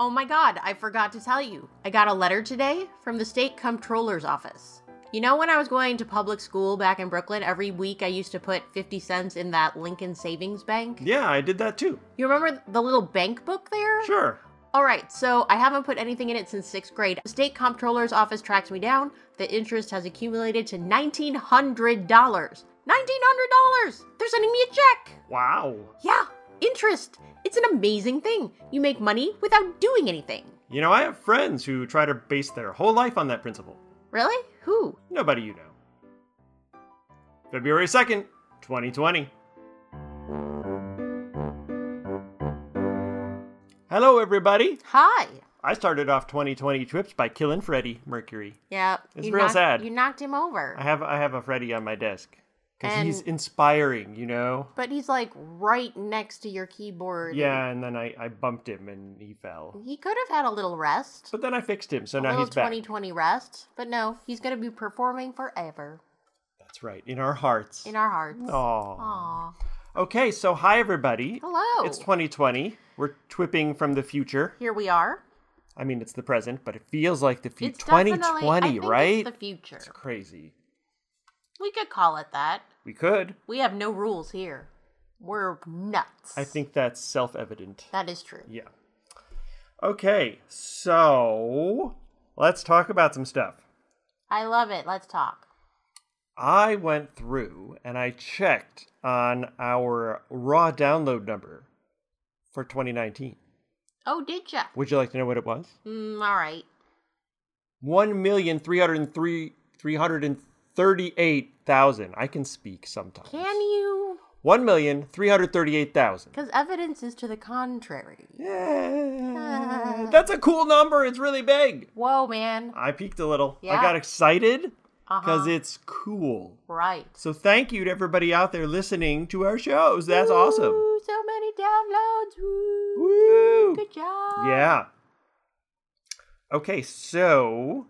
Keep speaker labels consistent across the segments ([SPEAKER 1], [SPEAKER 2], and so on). [SPEAKER 1] Oh my god, I forgot to tell you. I got a letter today from the state comptroller's office. You know, when I was going to public school back in Brooklyn, every week I used to put 50 cents in that Lincoln Savings Bank?
[SPEAKER 2] Yeah, I did that too.
[SPEAKER 1] You remember the little bank book there?
[SPEAKER 2] Sure.
[SPEAKER 1] All right, so I haven't put anything in it since sixth grade. The state comptroller's office tracks me down. The interest has accumulated to $1,900. $1,900! They're sending me a check!
[SPEAKER 2] Wow.
[SPEAKER 1] Yeah, interest! It's an amazing thing. You make money without doing anything.
[SPEAKER 2] You know, I have friends who try to base their whole life on that principle.
[SPEAKER 1] Really? Who?
[SPEAKER 2] Nobody you know. February 2nd, 2020. Hello, everybody.
[SPEAKER 1] Hi!
[SPEAKER 2] I started off 2020 trips by killing Freddie Mercury.
[SPEAKER 1] Yeah.
[SPEAKER 2] It's
[SPEAKER 1] you
[SPEAKER 2] real
[SPEAKER 1] knocked-
[SPEAKER 2] sad.
[SPEAKER 1] You knocked him over.
[SPEAKER 2] I have I have a Freddie on my desk because he's
[SPEAKER 1] And-
[SPEAKER 2] inspiring, you know.
[SPEAKER 1] But he's like right next to your keyboard.
[SPEAKER 2] Yeah, and then I I bumped him and he fell,
[SPEAKER 1] He could have had a little rest.
[SPEAKER 2] but then I fixed him, so
[SPEAKER 1] a
[SPEAKER 2] now
[SPEAKER 1] little
[SPEAKER 2] he's back.
[SPEAKER 1] 2020 rest. But no, he's going to be performing forever
[SPEAKER 2] That's right, in our hearts.
[SPEAKER 1] in our hearts.
[SPEAKER 2] Aw.
[SPEAKER 1] Aw.
[SPEAKER 2] Okay, so hi everybody.
[SPEAKER 1] Hello.
[SPEAKER 2] It's 2020. We're twipping from the future.
[SPEAKER 1] Here we are.
[SPEAKER 2] I mean, it's the present, but it feels like the future.
[SPEAKER 1] It's definitely-
[SPEAKER 2] 2020,
[SPEAKER 1] I think it's
[SPEAKER 2] right?
[SPEAKER 1] the future.
[SPEAKER 2] It's crazy.
[SPEAKER 1] We could call it that.
[SPEAKER 2] We could.
[SPEAKER 1] We have no rules here. We're nuts.
[SPEAKER 2] I think that's self-evident.
[SPEAKER 1] that is true.
[SPEAKER 2] Yeah. Okay, so let's talk about some stuff.
[SPEAKER 1] I love it. Let's talk.
[SPEAKER 2] I went through and I checked on our raw download number for 2019.
[SPEAKER 1] Oh, did ya?
[SPEAKER 2] Would you like to know what it was?
[SPEAKER 1] Mm, all right.
[SPEAKER 2] 1,338,000. I can speak sometimes.
[SPEAKER 1] Can you?
[SPEAKER 2] 1,338,000.
[SPEAKER 1] Because evidence is to the contrary.
[SPEAKER 2] Yeah. That's a cool number. It's really big.
[SPEAKER 1] Whoa, man.
[SPEAKER 2] I peeked a little. I
[SPEAKER 1] Yeah.
[SPEAKER 2] got excited
[SPEAKER 1] Uh-huh.
[SPEAKER 2] because it's cool.
[SPEAKER 1] Right.
[SPEAKER 2] So thank you to everybody out there listening to our shows. That's
[SPEAKER 1] Ooh,
[SPEAKER 2] awesome.
[SPEAKER 1] So many downloads. Ooh,
[SPEAKER 2] Woo!
[SPEAKER 1] good job.
[SPEAKER 2] Yeah. Okay, so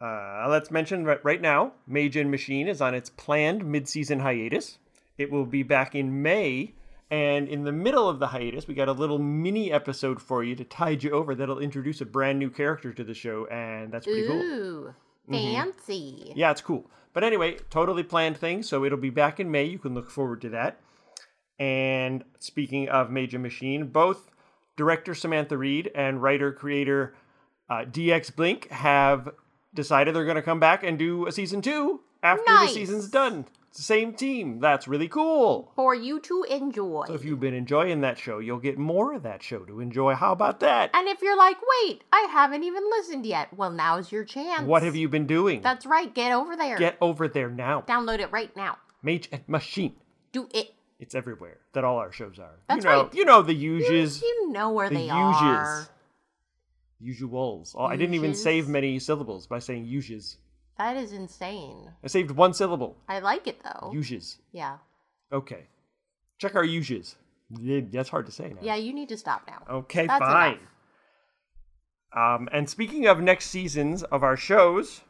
[SPEAKER 2] uh, let's mention right, right now, Majin Machine is on its planned mid-season hiatus. It will be back in May, and in the middle of the hiatus, we got a little mini episode for you to tide you over that'll introduce a brand new character to the show, and that's pretty cool. Mm-hmm.
[SPEAKER 1] Ooh, fancy.
[SPEAKER 2] Yeah, it's cool. But anyway, totally planned thing, so it'll be back in May. You can look forward to that. And speaking of Major Machine, both director Samantha Reed and writer creator uh, DX Blink have decided they're going to come back and do a season two after
[SPEAKER 1] Nice.
[SPEAKER 2] the season's done. It's the same team. That's really cool.
[SPEAKER 1] For you to enjoy.
[SPEAKER 2] So if you've been enjoying that show, you'll get more of that show to enjoy. How about that?
[SPEAKER 1] and if you're like, wait, I haven't even listened yet, well, now's your chance.
[SPEAKER 2] What have you been doing?
[SPEAKER 1] That's right. Get over there.
[SPEAKER 2] Get over there now.
[SPEAKER 1] Download it right now.
[SPEAKER 2] Mage and Machine.
[SPEAKER 1] Do it.
[SPEAKER 2] It's everywhere that all our shows are.
[SPEAKER 1] That's
[SPEAKER 2] you know,
[SPEAKER 1] right.
[SPEAKER 2] you know the uses,
[SPEAKER 1] you know where
[SPEAKER 2] the
[SPEAKER 1] they
[SPEAKER 2] uses,
[SPEAKER 1] are.
[SPEAKER 2] usuals. Oh, I didn't even
[SPEAKER 1] Uses.
[SPEAKER 2] save many syllables by saying uses.
[SPEAKER 1] That is insane.
[SPEAKER 2] I saved one syllable.
[SPEAKER 1] I like it though.
[SPEAKER 2] Uses.
[SPEAKER 1] yeah.
[SPEAKER 2] Okay. Check our uses. Yeah, That's hard to say now.
[SPEAKER 1] Yeah, you need to stop now.
[SPEAKER 2] Okay,
[SPEAKER 1] That's
[SPEAKER 2] fine.
[SPEAKER 1] enough.
[SPEAKER 2] Um, and speaking of next seasons of our shows,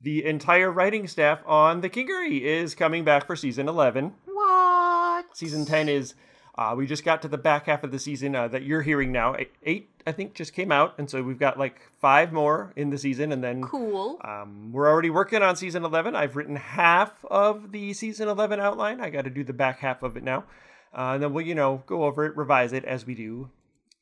[SPEAKER 2] the entire writing staff on The Kingery is coming back for season 11.
[SPEAKER 1] What?
[SPEAKER 2] Season 10 is, uh, we just got to the back half of the season uh, that you're hearing now. Eight, eight, I think, just came out. And so we've got like five more in the season. And then
[SPEAKER 1] Cool.
[SPEAKER 2] um, we're already working on season 11. I've written half of the season 11 outline. I got to do the back half of it now. Uh, and then we'll, you know, go over it, revise it as we do.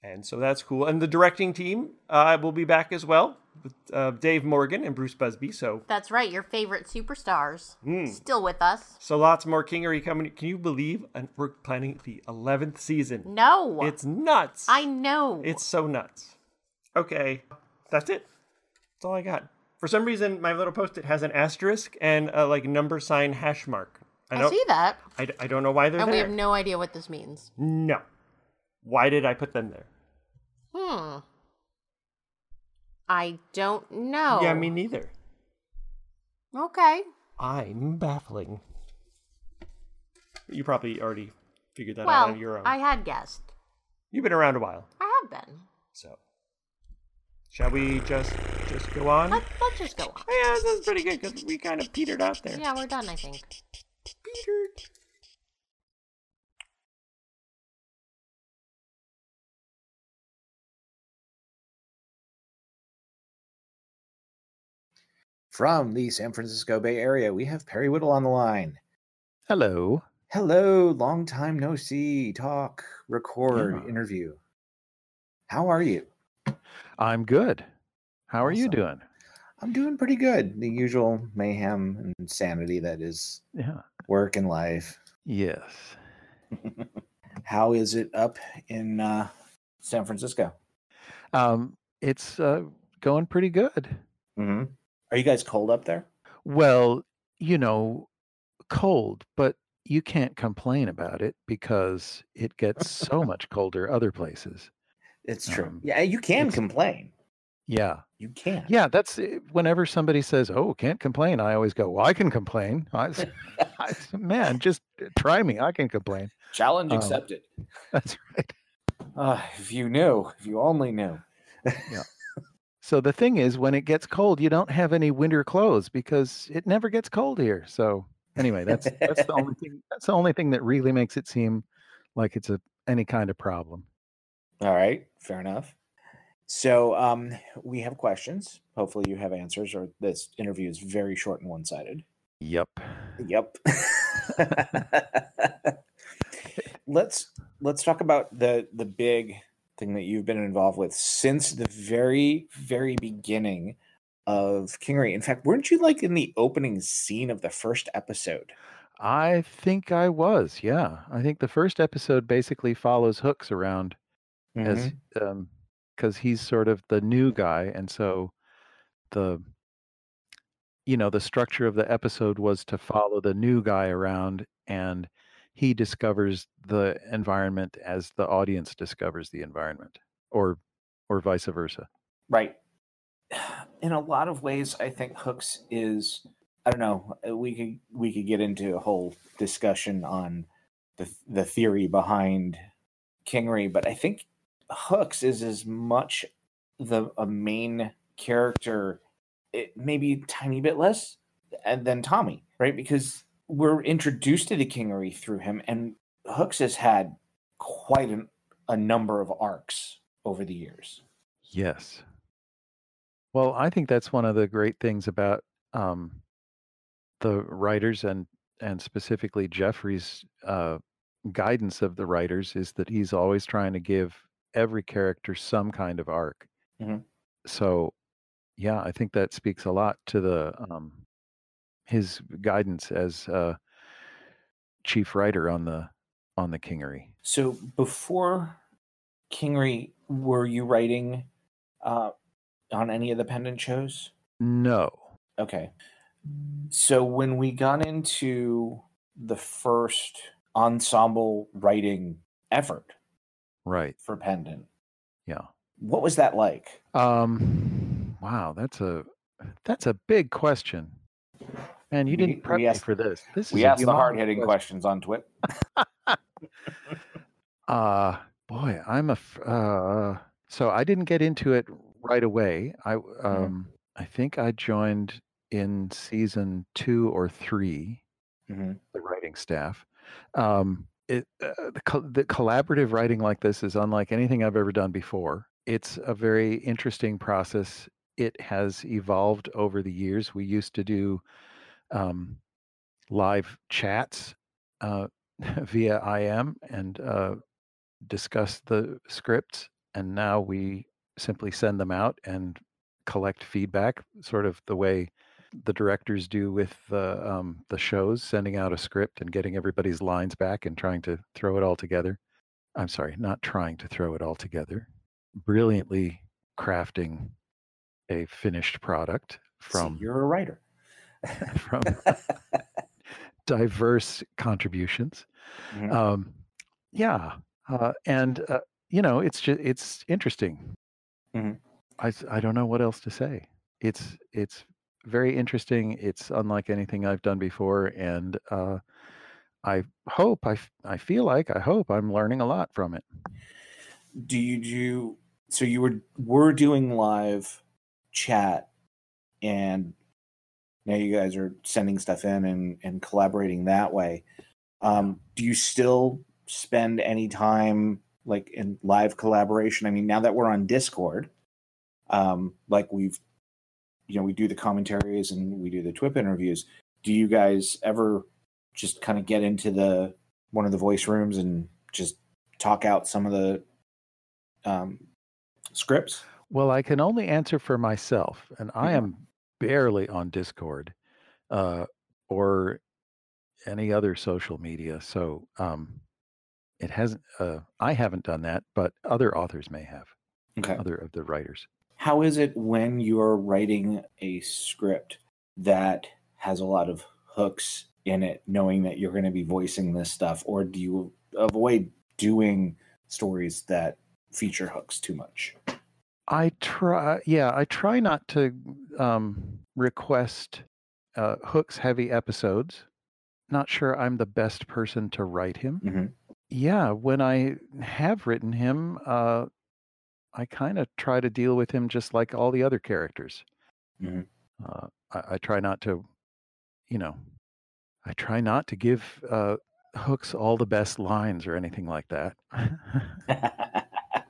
[SPEAKER 2] And so that's cool. And the directing team uh, will be back as well with uh, Dave Morgan and Bruce Busby. So.
[SPEAKER 1] That's right. Your favorite superstars
[SPEAKER 2] Hmm.
[SPEAKER 1] still with us.
[SPEAKER 2] So lots more Kingery coming. Can you believe and we're planning the 11th season?
[SPEAKER 1] No.
[SPEAKER 2] It's nuts.
[SPEAKER 1] I know.
[SPEAKER 2] It's so nuts. Okay, that's it. That's all I got. For some reason, my little post-it has an asterisk and a like number sign hash mark. I
[SPEAKER 1] I
[SPEAKER 2] don't.
[SPEAKER 1] Oh, see that,
[SPEAKER 2] I, d- I don't know why they're
[SPEAKER 1] and we
[SPEAKER 2] there.
[SPEAKER 1] have no idea what this means.
[SPEAKER 2] no. Why did I put them there?
[SPEAKER 1] Hmm. I don't know.
[SPEAKER 2] Yeah, me neither.
[SPEAKER 1] Okay.
[SPEAKER 2] I'm baffling. You probably already figured that out
[SPEAKER 1] Well,
[SPEAKER 2] on your own.
[SPEAKER 1] I had guessed.
[SPEAKER 2] You've been around a while,
[SPEAKER 1] I have been.
[SPEAKER 2] so shall we just just go on?
[SPEAKER 1] Let, let's just go on.
[SPEAKER 2] Yeah, this is pretty good because we kind of petered out there.
[SPEAKER 1] Yeah, we're done. I think.
[SPEAKER 2] Petered.
[SPEAKER 3] From the San Francisco Bay Area, we have Perry Whittle on the line.
[SPEAKER 4] Hello.
[SPEAKER 3] Hello, long time no see, talk, record,
[SPEAKER 4] Yeah.
[SPEAKER 3] interview. How are you?
[SPEAKER 4] I'm good. How are you
[SPEAKER 3] Awesome.
[SPEAKER 4] doing?
[SPEAKER 3] I'm doing pretty good. The usual mayhem and insanity that is
[SPEAKER 4] Yeah.
[SPEAKER 3] work and life.
[SPEAKER 4] Yes.
[SPEAKER 3] How is it up in uh, San Francisco?
[SPEAKER 4] Um, it's uh, going pretty good.
[SPEAKER 3] Mm-hmm. Are you guys cold up there?
[SPEAKER 4] Well, you know, cold, but you can't complain about it because it gets so much colder other places.
[SPEAKER 3] It's
[SPEAKER 4] Um,
[SPEAKER 3] yeah, you can
[SPEAKER 4] it's-
[SPEAKER 3] complain.
[SPEAKER 4] Yeah.
[SPEAKER 3] You can.
[SPEAKER 4] Yeah. That's it. whenever somebody says, Oh, can't complain, I always go, Well, I can complain. I, s- I s- man, just eh, try me. I can complain.
[SPEAKER 3] Challenge
[SPEAKER 4] Um,
[SPEAKER 3] accepted.
[SPEAKER 4] That's right.
[SPEAKER 3] Ah, if you knew, if you only knew.
[SPEAKER 4] So the thing is, when it gets cold, you don't have any winter clothes because it never gets cold here. So anyway, that's that's the only thing. That's the only thing that really makes it seem like it's a any kind of problem.
[SPEAKER 3] All right, fair enough. So um, we have questions. Hopefully, you have answers, or this interview is very short and one sided.
[SPEAKER 4] Yep.
[SPEAKER 3] Yep. let's let's talk about the the big thing that you've been involved with since the very very beginning of Kingery. In fact, weren't you like in the opening scene of the first episode?
[SPEAKER 4] I think I was. Yeah. I think the first episode basically follows Hooks around as um because he's sort of the new guy and so the you know the structure of the episode was to follow the new guy around and he discovers the environment as the audience discovers the environment or or vice versa
[SPEAKER 3] Right. In a lot of ways, I think Hooks is. I don't know. uh, We could we could get into a whole discussion on the th- the theory behind Kingery, but I think Hooks is as much the a main character, it, maybe a tiny bit less, and than Tommy, right? Because we're introduced to the Kingery through him, and Hooks has had quite an, a number of arcs over the years.
[SPEAKER 4] yes well i think that's one of the great things about um the writers and and specifically Jeffrey's uh, guidance of the writers is that he's always trying to give every character some kind of arc.
[SPEAKER 3] Mhm.
[SPEAKER 4] So, yeah, I think that speaks a lot to the um, his guidance as uh, chief writer on the on the Kingery.
[SPEAKER 3] So before Kingery, were you writing uh, on any of the pendant shows?
[SPEAKER 4] No,
[SPEAKER 3] Okay. So when we got into the first ensemble writing effort
[SPEAKER 4] right?
[SPEAKER 3] for pendant,
[SPEAKER 4] Yeah.
[SPEAKER 3] what was that like?
[SPEAKER 4] Um, wow, that's a that's a big question. And you
[SPEAKER 3] We- we
[SPEAKER 4] didn't prep me
[SPEAKER 3] asked-
[SPEAKER 4] for this. This
[SPEAKER 3] We
[SPEAKER 4] is a
[SPEAKER 3] asked the
[SPEAKER 4] humongous
[SPEAKER 3] hard hitting
[SPEAKER 4] question.
[SPEAKER 3] questions on Twit.
[SPEAKER 4] Uh boy, I'm a f- uh so I didn't get into it right away. I w-
[SPEAKER 3] Mm-hmm.
[SPEAKER 4] um I think I joined in season 2 or 3
[SPEAKER 3] Mhm.
[SPEAKER 4] the writing staff. Um it uh, the, col the collaborative writing like this is unlike anything I've ever done before. It's a very interesting process. It has evolved over the years. We used to do um live chats uh via IM and uh discuss the scripts and now we simply send them out and collect feedback sort of the way the directors do with the um, the shows sending out a script and getting everybody's lines back and trying to throw it all together i'm sorry not trying to throw it all together brilliantly crafting a finished product
[SPEAKER 3] So
[SPEAKER 4] from
[SPEAKER 3] you're a writer.
[SPEAKER 4] from diverse contributions.
[SPEAKER 3] Mhm.
[SPEAKER 4] Um, yeah, uh, and uh, you know, it's just it's interesting.
[SPEAKER 3] Mhm.
[SPEAKER 4] I s- I don't know what else to say. It's it's very interesting. It's unlike anything I've done before, and uh, I hope I f- I feel like I hope I'm learning a lot from it.
[SPEAKER 3] do you do so you were were doing live chat and now you guys are sending stuff in and and collaborating that way um do you still spend any time like in live collaboration i mean now that we're on discord um like we've you know we do the commentaries and we do the TWIP interviews. Do you guys ever just kind of get into the one of the voice rooms and just talk out some of the um, scripts?
[SPEAKER 4] Well, I can only answer for myself, and I
[SPEAKER 3] Mhm.
[SPEAKER 4] am barely on Discord uh, or any other social media. So um, it hasn't. Uh, I haven't done that, but other authors may have.
[SPEAKER 3] Okay.
[SPEAKER 4] Other of the writers.
[SPEAKER 3] How is it when you're writing a script that has a lot of hooks in it, knowing that you're going to be voicing this stuff, or do you avoid doing stories that feature hooks too much?
[SPEAKER 4] I try. Yeah, I try not to um, request uh, hooks heavy episodes. Not sure I'm the best person to write him.
[SPEAKER 3] Mhm.
[SPEAKER 4] yeah when i have written him uh i kind of try to deal with him just like all the other characters
[SPEAKER 3] Mhm.
[SPEAKER 4] uh I, I try not to you know i try not to give uh hooks all the best lines or anything like that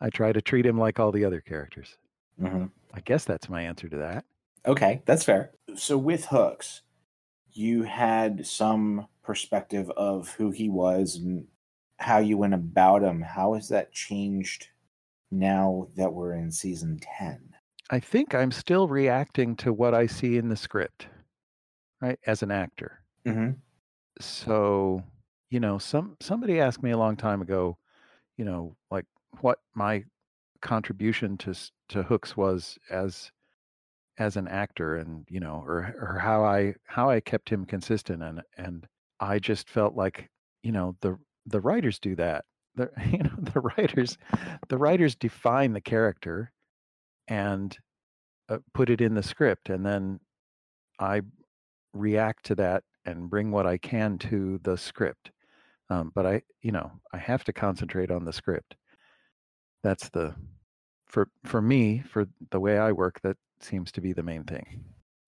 [SPEAKER 4] i try to treat him like all the other characters
[SPEAKER 3] Mhm.
[SPEAKER 4] i guess that's my answer to that
[SPEAKER 3] Okay, that's fair. So with Hooks, you had some perspective of who he was and how you went about him. How has that changed now that we're in season 10?
[SPEAKER 4] i think i'm still reacting to what i see in the script right as an actor
[SPEAKER 3] Mm-hmm.
[SPEAKER 4] so you know some somebody asked me a long time ago you know like what my contribution to s- to hooks was as as an actor and you know or or how I how I kept him consistent and and I just felt like you know the the writers do that the you know the writers the writers define the character and uh, put it in the script and then I react to that and bring what I can to the script. Um, but I, you know, I have to concentrate on the script. That's the for for me for the way I work. That seems to be the main thing.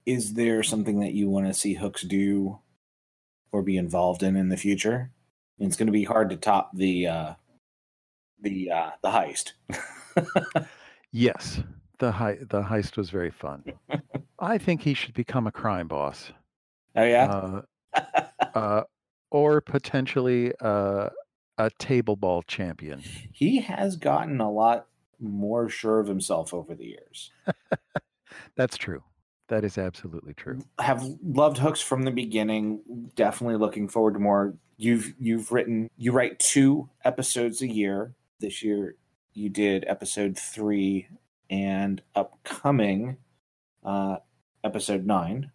[SPEAKER 3] Is there something that you want to see Hooks do or be involved in in the future? It's going to be hard to top the uh, the uh, the heist.
[SPEAKER 4] Yes, the hei- the heist was very fun. I think he should become a crime boss.
[SPEAKER 3] oh yeah.
[SPEAKER 4] Uh, uh, or potentially uh, a table ball champion.
[SPEAKER 3] he has gotten a lot more sure of himself over the years.
[SPEAKER 4] That's true. That is absolutely true.
[SPEAKER 3] have loved hooks from the beginning. Definitely looking forward to more. You've you've written you write two episodes a year. This year you did episode three and upcoming uh, episode nine.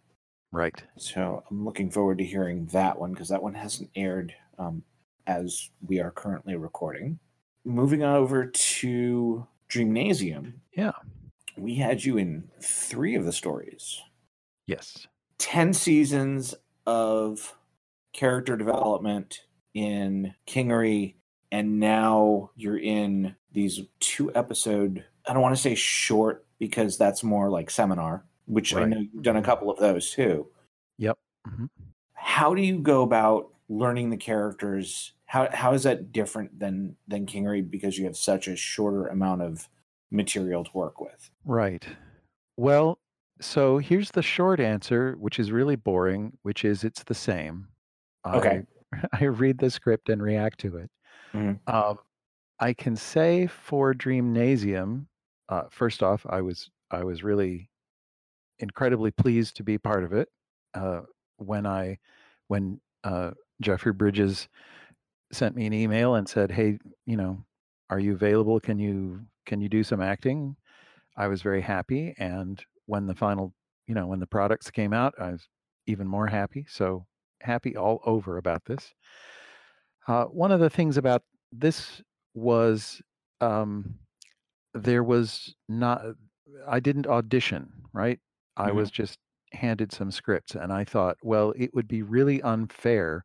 [SPEAKER 4] Right.
[SPEAKER 3] So I'm looking forward to hearing that one because that one hasn't aired um, as we are currently recording. Moving over to Dreamnasium.
[SPEAKER 4] Yeah.
[SPEAKER 3] We had you in three of the stories.
[SPEAKER 4] Yes.
[SPEAKER 3] 10 seasons of character development in Kingery, and now you're in these two episode, I don't want to say short because that's more like seminar, which I
[SPEAKER 4] Right.
[SPEAKER 3] know you've done a couple of those too.
[SPEAKER 4] Yep. Mhm.
[SPEAKER 3] How do you go about learning the characters? How, how is that different than than Kingery because you have such a shorter amount of material to work with?
[SPEAKER 4] Right. Well, so here's the short answer, which is really boring, which is it's the same.
[SPEAKER 3] Okay.
[SPEAKER 4] I, I read the script and react to it.
[SPEAKER 3] Mhm.
[SPEAKER 4] Um, I can say for Dreamnasium, uh, first off, I was I was really incredibly pleased to be part of it. Uh, when I when uh, Jeffrey Bridges sent me an email and said, "Hey, you know, are you available? Can you can you do some acting?" I was very happy. And when the final, you know, when the products came out, I was even more happy. So happy all over about this. Uh, one of the things about this was um, there was not, uh, I didn't audition, right? I
[SPEAKER 3] Mhm.
[SPEAKER 4] was just handed some scripts. And I thought, well, it would be really unfair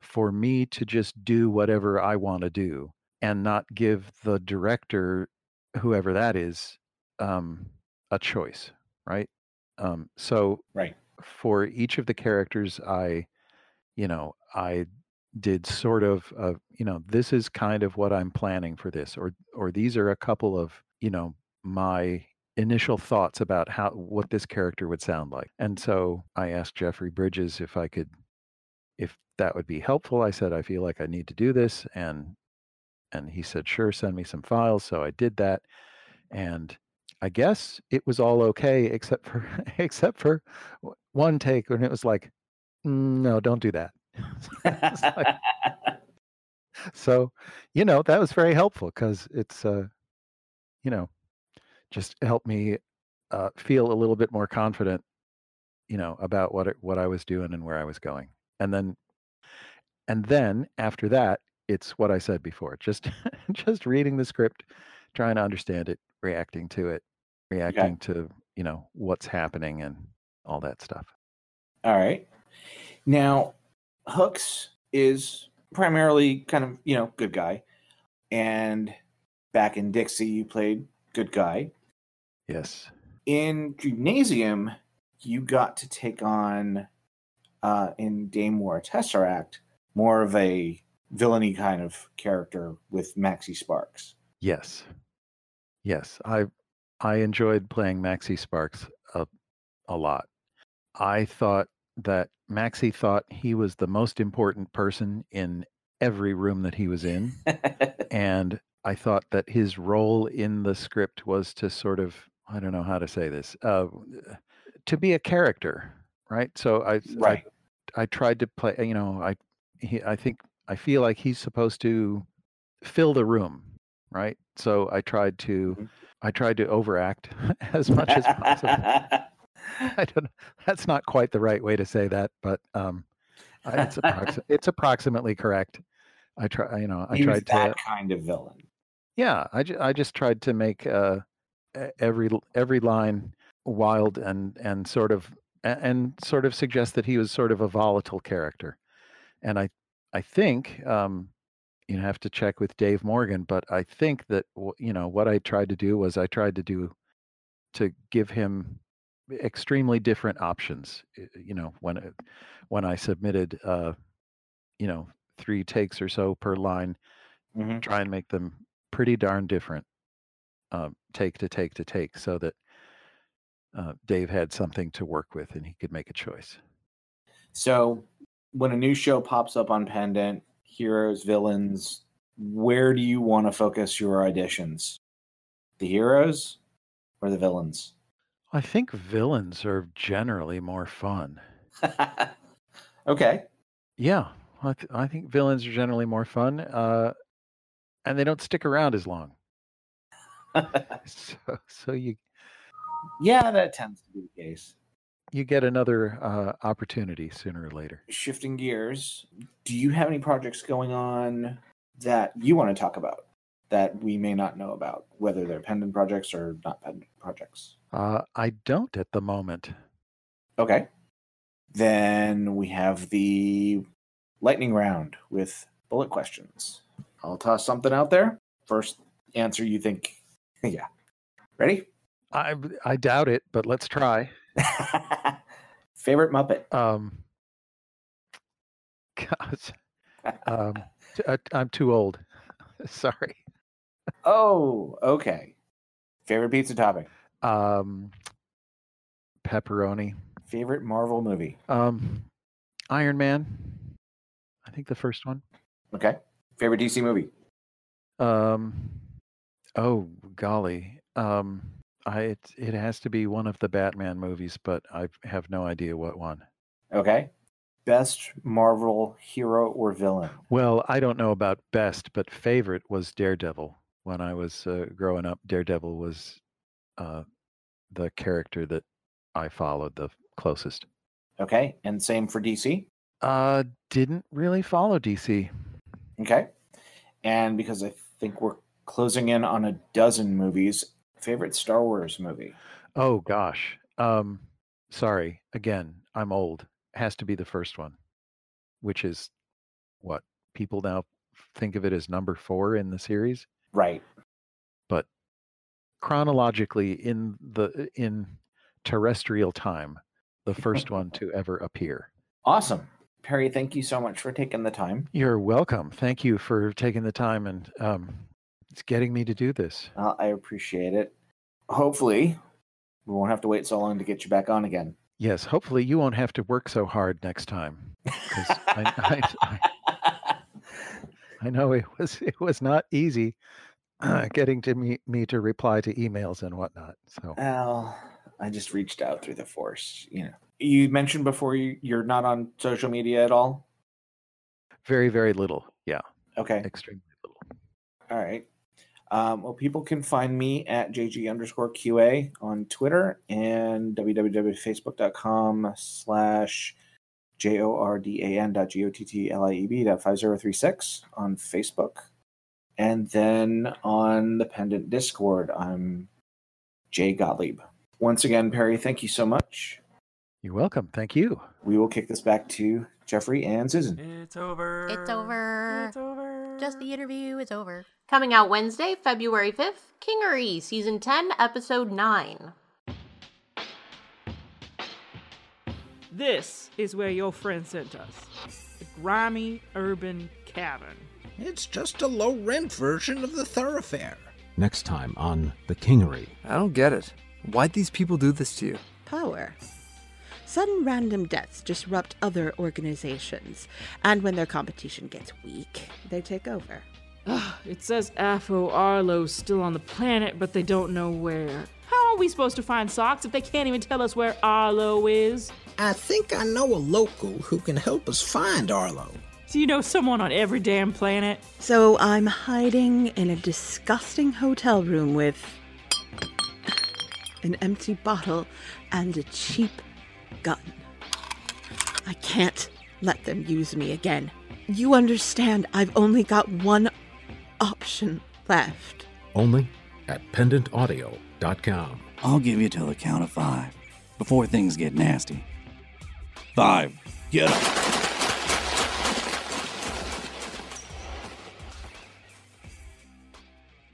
[SPEAKER 4] for me to just do whatever I want to do and not give the director, whoever that is, um, a choice, right? Um, so
[SPEAKER 3] Right.
[SPEAKER 4] for each of the characters, I, you know, I did sort of, uh, you know, this is kind of what I'm planning for this, or or these are a couple of, you know, my initial thoughts about how what this character would sound like. And so I asked Jeffrey Bridges if I could if that would be helpful. I said I feel like I need to do this and and he said sure send me some files. So I did that and I guess it was all okay except for except for w- one take when it was like "Mm, no don't do that. It's like- so you know that was very helpful because it's uh you know just helped me uh feel a little bit more confident you know about what it, what I was doing and where I was going and then and then after that it's what I said before just just reading the script trying to understand it reacting to it reacting to you know what's happening and all that stuff
[SPEAKER 3] All right. Now, Hooks is primarily kind of, you know, good guy. And back in Dixie, you played good guy.
[SPEAKER 4] yes
[SPEAKER 3] In Gymnasium, you got to take on, uh, in Dame War Tesseract, more of a villainy kind of character with Maxie Sparks.
[SPEAKER 4] Yes. Yes. I I enjoyed playing Maxie Sparks a, a lot. I thought that Maxie thought he was the most important person in every room that he was in. and I thought that his role in the script was to sort of I don't know how to say this. Uh, to be a character, right? So I, I
[SPEAKER 3] right.
[SPEAKER 4] I tried to play. You know, I he, I think I feel like he's supposed to fill the room, right? So I tried to
[SPEAKER 3] Mhm.
[SPEAKER 4] I tried to overact as much as possible. I don't. That's not quite the right way to say that, but um, I- it's approxi- it's approximately correct. I try. You know, I
[SPEAKER 3] he was
[SPEAKER 4] tried
[SPEAKER 3] that
[SPEAKER 4] to.
[SPEAKER 3] kind of villain.
[SPEAKER 4] Yeah, I, ju- I just tried to make uh, e- every l- every line wild and and sort of a- and sort of suggest that he was sort of a volatile character, and I I think um, you have to check with Dave Morgan, but I think that w- you know what I tried to do was I tried to do to give him extremely different options. i- You know when it- when I submitted uh, you know three takes or so per line
[SPEAKER 3] Mhm.
[SPEAKER 4] try and make them pretty darn different um, take to take to take so that uh, Dave had something to work with and he could make a choice.
[SPEAKER 3] So, when a new show pops up on Pendant, heroes, villains, where do you want to focus your auditions? The heroes or the villains?
[SPEAKER 4] I think villains are generally more fun.
[SPEAKER 3] okay.
[SPEAKER 4] Yeah, I, th- I think villains are generally more fun uh, and they don't stick around as long. So, so you
[SPEAKER 3] yeah, that tends to be the case.
[SPEAKER 4] you get another uh, opportunity sooner or later.
[SPEAKER 3] Shifting gears, do you have any projects going on that you want to talk about that we may not know about, whether they're Pendant projects or not Pendant projects?
[SPEAKER 4] Uh, I don't at the moment.
[SPEAKER 3] Okay. Then we have the lightning round with bullet questions. I'll toss something out there. First answer you think. yeah. Ready?
[SPEAKER 4] I I doubt it, but let's try.
[SPEAKER 3] Favorite Muppet?
[SPEAKER 4] Um, gosh, um, t- uh, I'm too old. Sorry.
[SPEAKER 3] Oh, okay. Favorite pizza topping?
[SPEAKER 4] Um, pepperoni.
[SPEAKER 3] Favorite Marvel movie?
[SPEAKER 4] Um, Iron Man. I think the first one.
[SPEAKER 3] Okay. Favorite DC movie?
[SPEAKER 4] Um, oh golly. Um, I it, it has to be one of the Batman movies, but I have no idea what one.
[SPEAKER 3] Okay. Best Marvel hero or villain?
[SPEAKER 4] Well, I don't know about best, but favorite was Daredevil. When I was uh, growing up, Daredevil was uh, the character that I followed the closest.
[SPEAKER 3] Okay. And same for DC?
[SPEAKER 4] Uh, didn't really follow DC.
[SPEAKER 3] Okay. And because I think we're closing in on a dozen movies, favorite Star Wars movie?
[SPEAKER 4] Oh gosh. Um, sorry. Again, I'm old. Has to be the first one, which is what people now think of it as number four in the series.
[SPEAKER 3] Right.
[SPEAKER 4] chronologically in the in terrestrial time the first one to ever appear
[SPEAKER 3] Awesome. Perry, thank you so much for taking the time.
[SPEAKER 4] you're welcome thank you for taking the time and um it's getting me to do this
[SPEAKER 3] Uh, I appreciate it. Hopefully, We won't have to wait so long to get you back on again.
[SPEAKER 4] Yes, hopefully you won't have to work so hard next time. 'cause I, I, I know it was it was not easy uh, getting to me, me to reply to emails and whatnot. So
[SPEAKER 3] Uh, Well, I just reached out through the force. You know, you mentioned before you, you're not on social media at all.
[SPEAKER 4] very very little. Yeah,
[SPEAKER 3] Okay,
[SPEAKER 4] extremely little.
[SPEAKER 3] all right. Um, well, people can find me at jg underscore qa on Twitter and www.facebook.com slash j o r d a n dot g o t t l i e b dot five zero three six on Facebook, and then on the Pendant Discord, I'm Jay Gottlieb. Once again, Perry, thank you so much.
[SPEAKER 4] You're welcome. Thank you.
[SPEAKER 3] we will kick this back to Jeffrey and Susan.
[SPEAKER 2] It's over.
[SPEAKER 1] It's over.
[SPEAKER 2] It's over.
[SPEAKER 1] Just the interview is over. Coming out Wednesday, February 5th, Kingery, E, Season 10, Episode 9.
[SPEAKER 5] This is where your friend sent us a grimy urban cavern.
[SPEAKER 6] It's just a low rent version of the thoroughfare.
[SPEAKER 7] Next time on The Kingery.
[SPEAKER 8] I don't get it. Why'd these people do this to you?
[SPEAKER 9] power. Sudden random deaths disrupt other organizations, and when their competition gets weak, they take over.
[SPEAKER 5] Ugh, it says Afro Arlo's still on the planet, but they don't know where. How are we supposed to find socks if they can't even tell us where Arlo is?
[SPEAKER 6] I think I know a local who can help us find Arlo.
[SPEAKER 5] Do you know someone on every damn planet?
[SPEAKER 9] So I'm hiding in a disgusting hotel room with an empty bottle and a cheap gun. I can't let them use me again. You understand, I've only got one option left.
[SPEAKER 7] Only at pendantaudio.com.
[SPEAKER 10] I'll give you till the count of five before things get nasty. Five. Get up.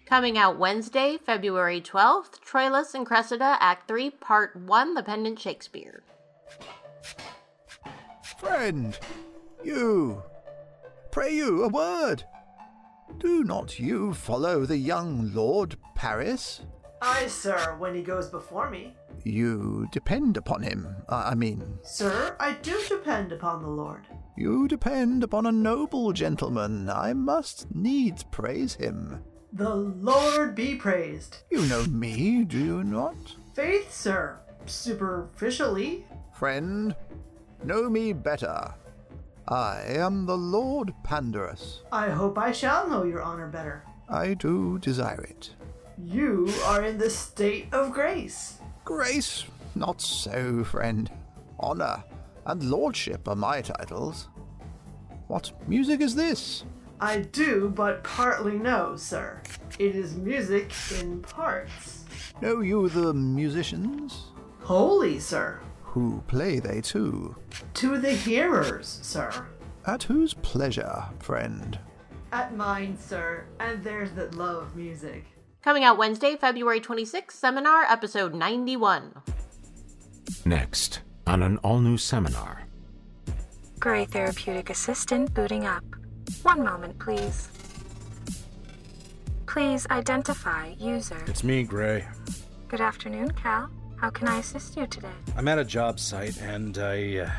[SPEAKER 1] Coming out Wednesday, February 12th, Troilus and Cressida, Act 3, Part 1, The Pendant Shakespeare.
[SPEAKER 8] Friend, you, pray you a word. Do not you follow the young Lord Paris?
[SPEAKER 11] Aye, sir, when he goes before me.
[SPEAKER 8] You depend upon him. I I mean,
[SPEAKER 11] Sir, I do depend upon the Lord.
[SPEAKER 8] you depend upon a noble gentleman. I must needs praise him.
[SPEAKER 11] The Lord be praised.
[SPEAKER 8] You know me, do you not?
[SPEAKER 11] Faith, sir, superficially.
[SPEAKER 8] Friend, know me better. I am the Lord Pandarus.
[SPEAKER 11] I hope I shall know your honor better.
[SPEAKER 8] I do desire it.
[SPEAKER 11] You are in the state of grace.
[SPEAKER 8] Grace, not so, friend. Honor and lordship are my titles. What music is this?
[SPEAKER 11] I do, but partly know, sir. It is music in parts.
[SPEAKER 8] Know you the musicians?
[SPEAKER 11] Holy, sir,
[SPEAKER 8] Who play they to?
[SPEAKER 11] to the hearers, sir.
[SPEAKER 8] At whose pleasure, friend?
[SPEAKER 11] At mine, sir, and theirs that love music.
[SPEAKER 1] Coming out Wednesday, February 26th, Seminar, Episode 91.
[SPEAKER 7] Next on an all new seminar.
[SPEAKER 9] Gray therapeutic assistant booting up. One moment, please. Please identify user.
[SPEAKER 6] It's me, Gray.
[SPEAKER 9] Good afternoon, Cal. How can I assist you today?
[SPEAKER 6] I'm at a job site and I. Uh,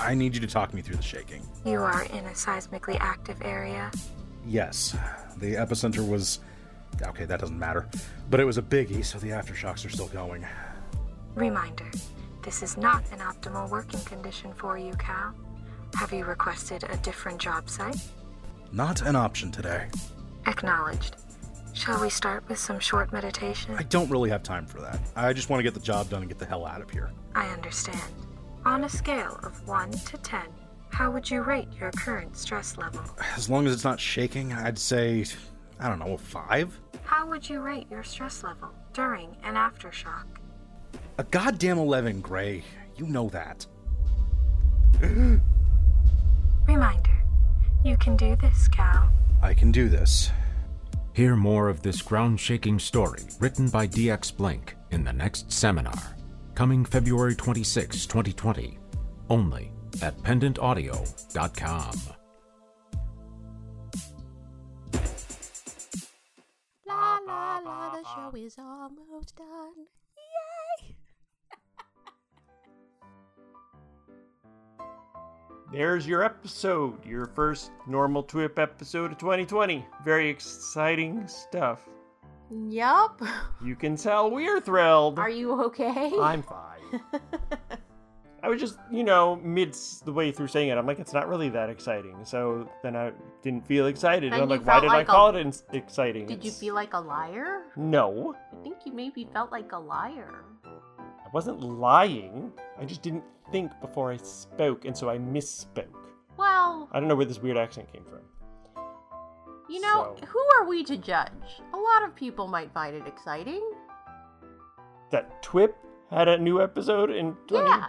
[SPEAKER 6] I need you to talk me through the shaking.
[SPEAKER 9] You are in a seismically active area.
[SPEAKER 6] Yes, the epicenter was. Okay, that doesn't matter. But it was a biggie, so the aftershocks are still going.
[SPEAKER 9] Reminder this is not an optimal working condition for you, Cal. Have you requested a different job site?
[SPEAKER 6] Not an option today.
[SPEAKER 9] Acknowledged. Shall we start with some short meditation?
[SPEAKER 6] I don't really have time for that. I just want to get the job done and get the hell out of here.
[SPEAKER 9] I understand. On a scale of 1 to 10, how would you rate your current stress level?
[SPEAKER 6] As long as it's not shaking, I'd say. I don't know, a five?
[SPEAKER 9] How would you rate your stress level during an aftershock?
[SPEAKER 6] A goddamn 11, Gray. You know that.
[SPEAKER 9] Reminder you can do this, Cal.
[SPEAKER 6] I can do this.
[SPEAKER 7] Hear more of this ground shaking story written by DX Blank in the next seminar, coming February 26, 2020, only at pendantaudio.com.
[SPEAKER 1] La la la, the show is almost done. Yay!
[SPEAKER 2] There's your episode, your first normal TWIP episode of 2020. Very exciting stuff.
[SPEAKER 1] Yup.
[SPEAKER 2] You can tell we're thrilled.
[SPEAKER 1] Are you okay?
[SPEAKER 2] I'm fine. I was just, you know, mid s- the way through saying it, I'm like, it's not really that exciting. So then I didn't feel excited.
[SPEAKER 1] Then
[SPEAKER 2] I'm
[SPEAKER 1] you
[SPEAKER 2] like, why
[SPEAKER 1] felt
[SPEAKER 2] did
[SPEAKER 1] like
[SPEAKER 2] I
[SPEAKER 1] a-
[SPEAKER 2] call it ins- exciting?
[SPEAKER 1] Did you
[SPEAKER 2] It's-
[SPEAKER 1] feel like a liar?
[SPEAKER 2] No,
[SPEAKER 1] I think you maybe felt like a liar.
[SPEAKER 2] I wasn't lying. I just didn't think before I spoke, and so I misspoke.
[SPEAKER 1] Well,
[SPEAKER 2] I don't know where this weird accent came from.
[SPEAKER 1] you know,
[SPEAKER 2] So-
[SPEAKER 1] who are we to judge? A lot of people might find it exciting.
[SPEAKER 2] That Twip had a new episode in 20.
[SPEAKER 1] Yeah.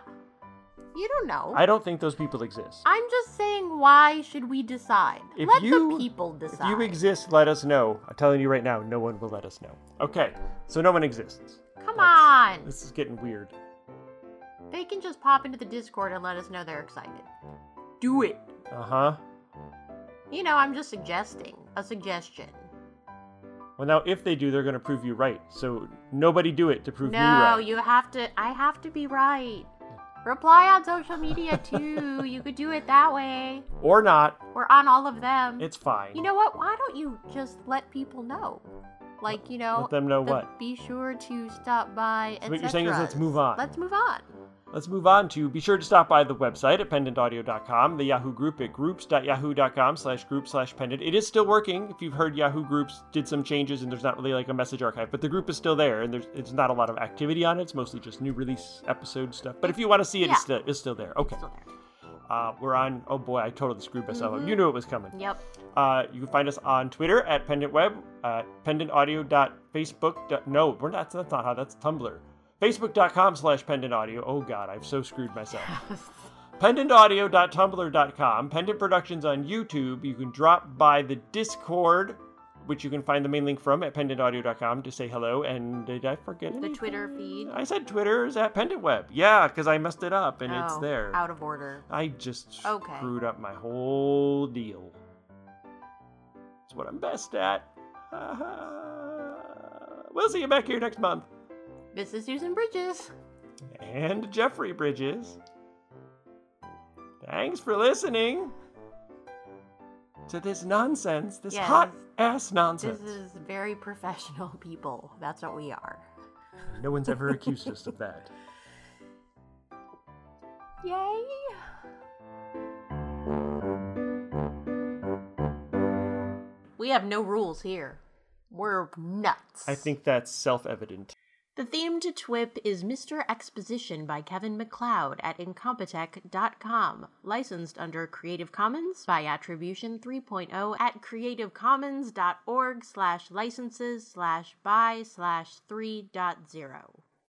[SPEAKER 1] You don't know.
[SPEAKER 2] I don't think those people exist.
[SPEAKER 1] I'm just saying, why should we decide?
[SPEAKER 2] If
[SPEAKER 1] Let
[SPEAKER 2] you-
[SPEAKER 1] the people
[SPEAKER 2] If
[SPEAKER 1] decide.
[SPEAKER 2] you exist, let us know. I'm telling you right now, no one will let us know. Okay, so no one exists.
[SPEAKER 1] Come on.
[SPEAKER 2] This is getting weird.
[SPEAKER 1] They can just pop into the Discord and let us know they're excited. Do it.
[SPEAKER 2] Uh huh.
[SPEAKER 1] You know, I'm just suggesting a suggestion.
[SPEAKER 2] Well, now if they do, they're going to prove you right. So nobody do it to prove
[SPEAKER 1] no,
[SPEAKER 2] me right.
[SPEAKER 1] you have to. I have to be right. Reply on social media too. you could do it that way.
[SPEAKER 2] Or not.
[SPEAKER 1] We're on all of them.
[SPEAKER 2] It's fine.
[SPEAKER 1] Mm. You know what? Why don't you just let people know? Like, you know,
[SPEAKER 2] Let them know
[SPEAKER 1] the
[SPEAKER 2] what?
[SPEAKER 1] Be sure to stop by.
[SPEAKER 2] So what you're saying is let's move on.
[SPEAKER 1] Let's move on.
[SPEAKER 2] Let's move on to be sure to stop by the website at pendantaudio.com, the Yahoo group at groups.yahoo.com slash group slash pendant. It is still working. If you've heard Yahoo groups did some changes and there's not really like a message archive, but the group is still there and there's it's not a lot of activity on it. It's mostly just new release episode stuff. But if you want to see it, it's,
[SPEAKER 1] Yeah.
[SPEAKER 2] still, it's still there. Okay. Uh, we're on, oh boy, I totally screwed myself up. You knew it was coming.
[SPEAKER 1] Yep.
[SPEAKER 2] Uh, you can find us on Twitter at pendantweb, uh, pendantaudio.facebook. dot- No, we're not. That's not how. That's Tumblr. Facebook.com slash pendantaudio. Oh God, I've so screwed myself. pendantaudio.tumblr.com. Pendant Productions on YouTube. You can drop by the Discord, which you can find the main link from at pendantaudio.com to say hello. And did I forget
[SPEAKER 1] The
[SPEAKER 2] anything?
[SPEAKER 1] Twitter feed.
[SPEAKER 2] I said Twitter is at pendantweb. Yeah, because I messed it up and it's
[SPEAKER 1] Oh,
[SPEAKER 2] there.
[SPEAKER 1] Out of order.
[SPEAKER 2] I just
[SPEAKER 1] Okay.
[SPEAKER 2] screwed up my whole deal. It's what I'm best at. we'll see you back here next month.
[SPEAKER 1] This is Susan Bridges.
[SPEAKER 2] And Jeffrey Bridges. Thanks for listening to this nonsense, this
[SPEAKER 1] Yes.
[SPEAKER 2] hot ass nonsense.
[SPEAKER 1] This is very professional people. That's what we are.
[SPEAKER 2] No one's ever accused us of that.
[SPEAKER 1] Yay! We have no rules here. We're nuts.
[SPEAKER 2] I think that's self evident.
[SPEAKER 1] The theme to TWIP is Mr. Exposition by Kevin McLeod at Incompetech.com, licensed under Creative Commons by Attribution 3.0 at creativecommons.org slash licenses slash by slash 3.0.